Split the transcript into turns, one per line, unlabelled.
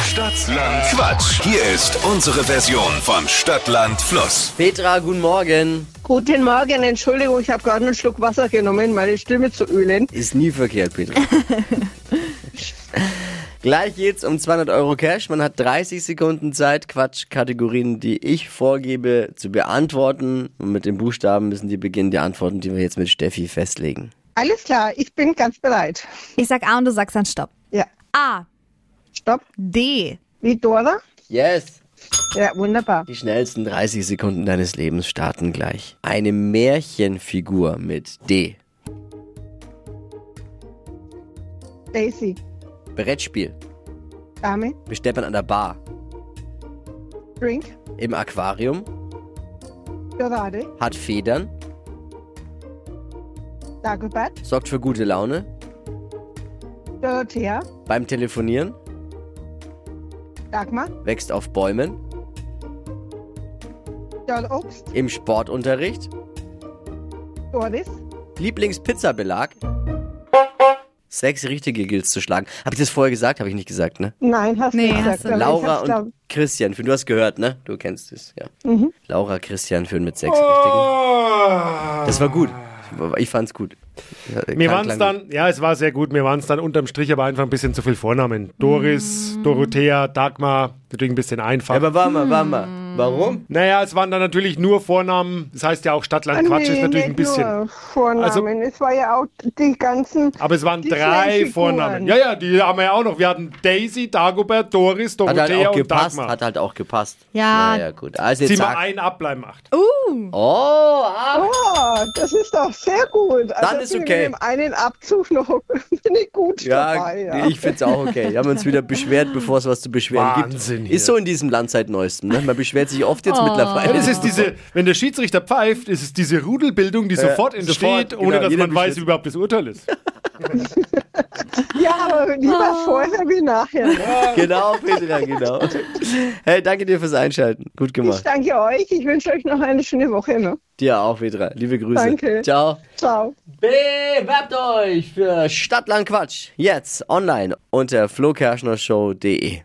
Stadtland Quatsch. Hier ist unsere Version von Stadtland Fluss.
Petra, guten Morgen.
Guten Morgen, Entschuldigung, ich habe gerade einen Schluck Wasser genommen, meine Stimme zu ölen.
Ist nie verkehrt, Petra. Gleich geht's um 200 Euro Cash. Man hat 30 Sekunden Zeit, Quatschkategorien, die ich vorgebe, zu beantworten. Und mit den Buchstaben müssen die beginnen, die Antworten, die wir jetzt mit Steffi festlegen.
Alles klar, ich bin ganz bereit.
Ich sag A und du sagst dann Stopp.
Ja,
A.
stopp.
D.
Wie Dora?
Yes!
Ja, wunderbar.
Die schnellsten 30 Sekunden deines Lebens starten gleich. Eine Märchenfigur mit D.
Daisy,
Brettspiel.
Dame,
Besteppern an der Bar.
Drink,
Im Aquarium.
Dorade,
Hat Federn.
Dagobert,
Sorgt für gute Laune.
Dorothea,
Beim Telefonieren.
Dagmar,
Wächst auf Bäumen.
Dörl Obst,
Im Sportunterricht.
Doris,
Lieblingspizzabelag? Sechs richtige gilt's zu schlagen. Habe ich das vorher gesagt? Habe ich nicht gesagt, ne?
Nein, hast du
Nee,
nicht
hast
gesagt.
du
aber ich Mhm.
Laura
hab's glaub-
und Christian. Du hast gehört, ne? Du kennst es, ja. Laura, Christian führen mit sechs richtigen. Das war gut. Ich fand's gut.
Mir
Klang-
waren es
klang gut.
dann, ja, es war sehr gut, mir waren es dann unterm Strich aber einfach ein bisschen zu viel Vornamen. Doris,
Mm.
Dorothea, Dagmar, natürlich ein bisschen einfach.
Ja, aber warte mal, warte
Hm.
mal. Warum?
naja, es waren dann natürlich nur Vornamen, das heißt ja auch Stadtland Quatsch ist natürlich ein
nicht
bisschen.
Ah, Nur Vornamen.
Also-
es war ja auch die ganzen.
Aber es waren
Die
drei
Figuren.
Vornamen. Ja, ja, die haben wir ja auch noch. Wir hatten Daisy, Dagobert, Doris,
Hat
Dorothea
halt auch
und
gepasst.
Dagmar.
Hat halt auch gepasst.
Ja.
Naja, gut. Also
Zieh
jetzt
mal
sag.
einen ab, bleiben acht.
Uh.
Oh, ah.
Oh, das ist doch sehr gut. Also
ist
bin ich
okay.
Mit dem einen Abzug noch bin ich gut
Ja,
dabei. Ja.
ich find's auch okay. Wir haben uns wieder beschwert, bevor es was zu beschweren
Wahnsinn
gibt.
hier. Oh.
Ist so in diesem Land seit neuestem. Ne? Man beschwert sich oft jetzt mittlerweile.
Ja, das ist diese, wenn der Schiedsrichter pfeift, ist es diese Rudelbildung, die sofort entsteht,
sofort,
ohne
genau,
dass
jeder
man weiß,
beschließt.
wie überhaupt das Urteil ist.
ja, aber lieber vorher wie nachher. ne?
Genau, Petra, genau. Hey, danke dir fürs Einschalten. Gut
Ich
gemacht.
danke euch. Ich wünsche euch noch eine schöne Woche. Ne?
Dir auch, Petra. Liebe Grüße.
Danke.
Ciao.
Ciao.
Bewerbt euch für Stadtland Quatsch. Jetzt online unter flokerschnershow.de.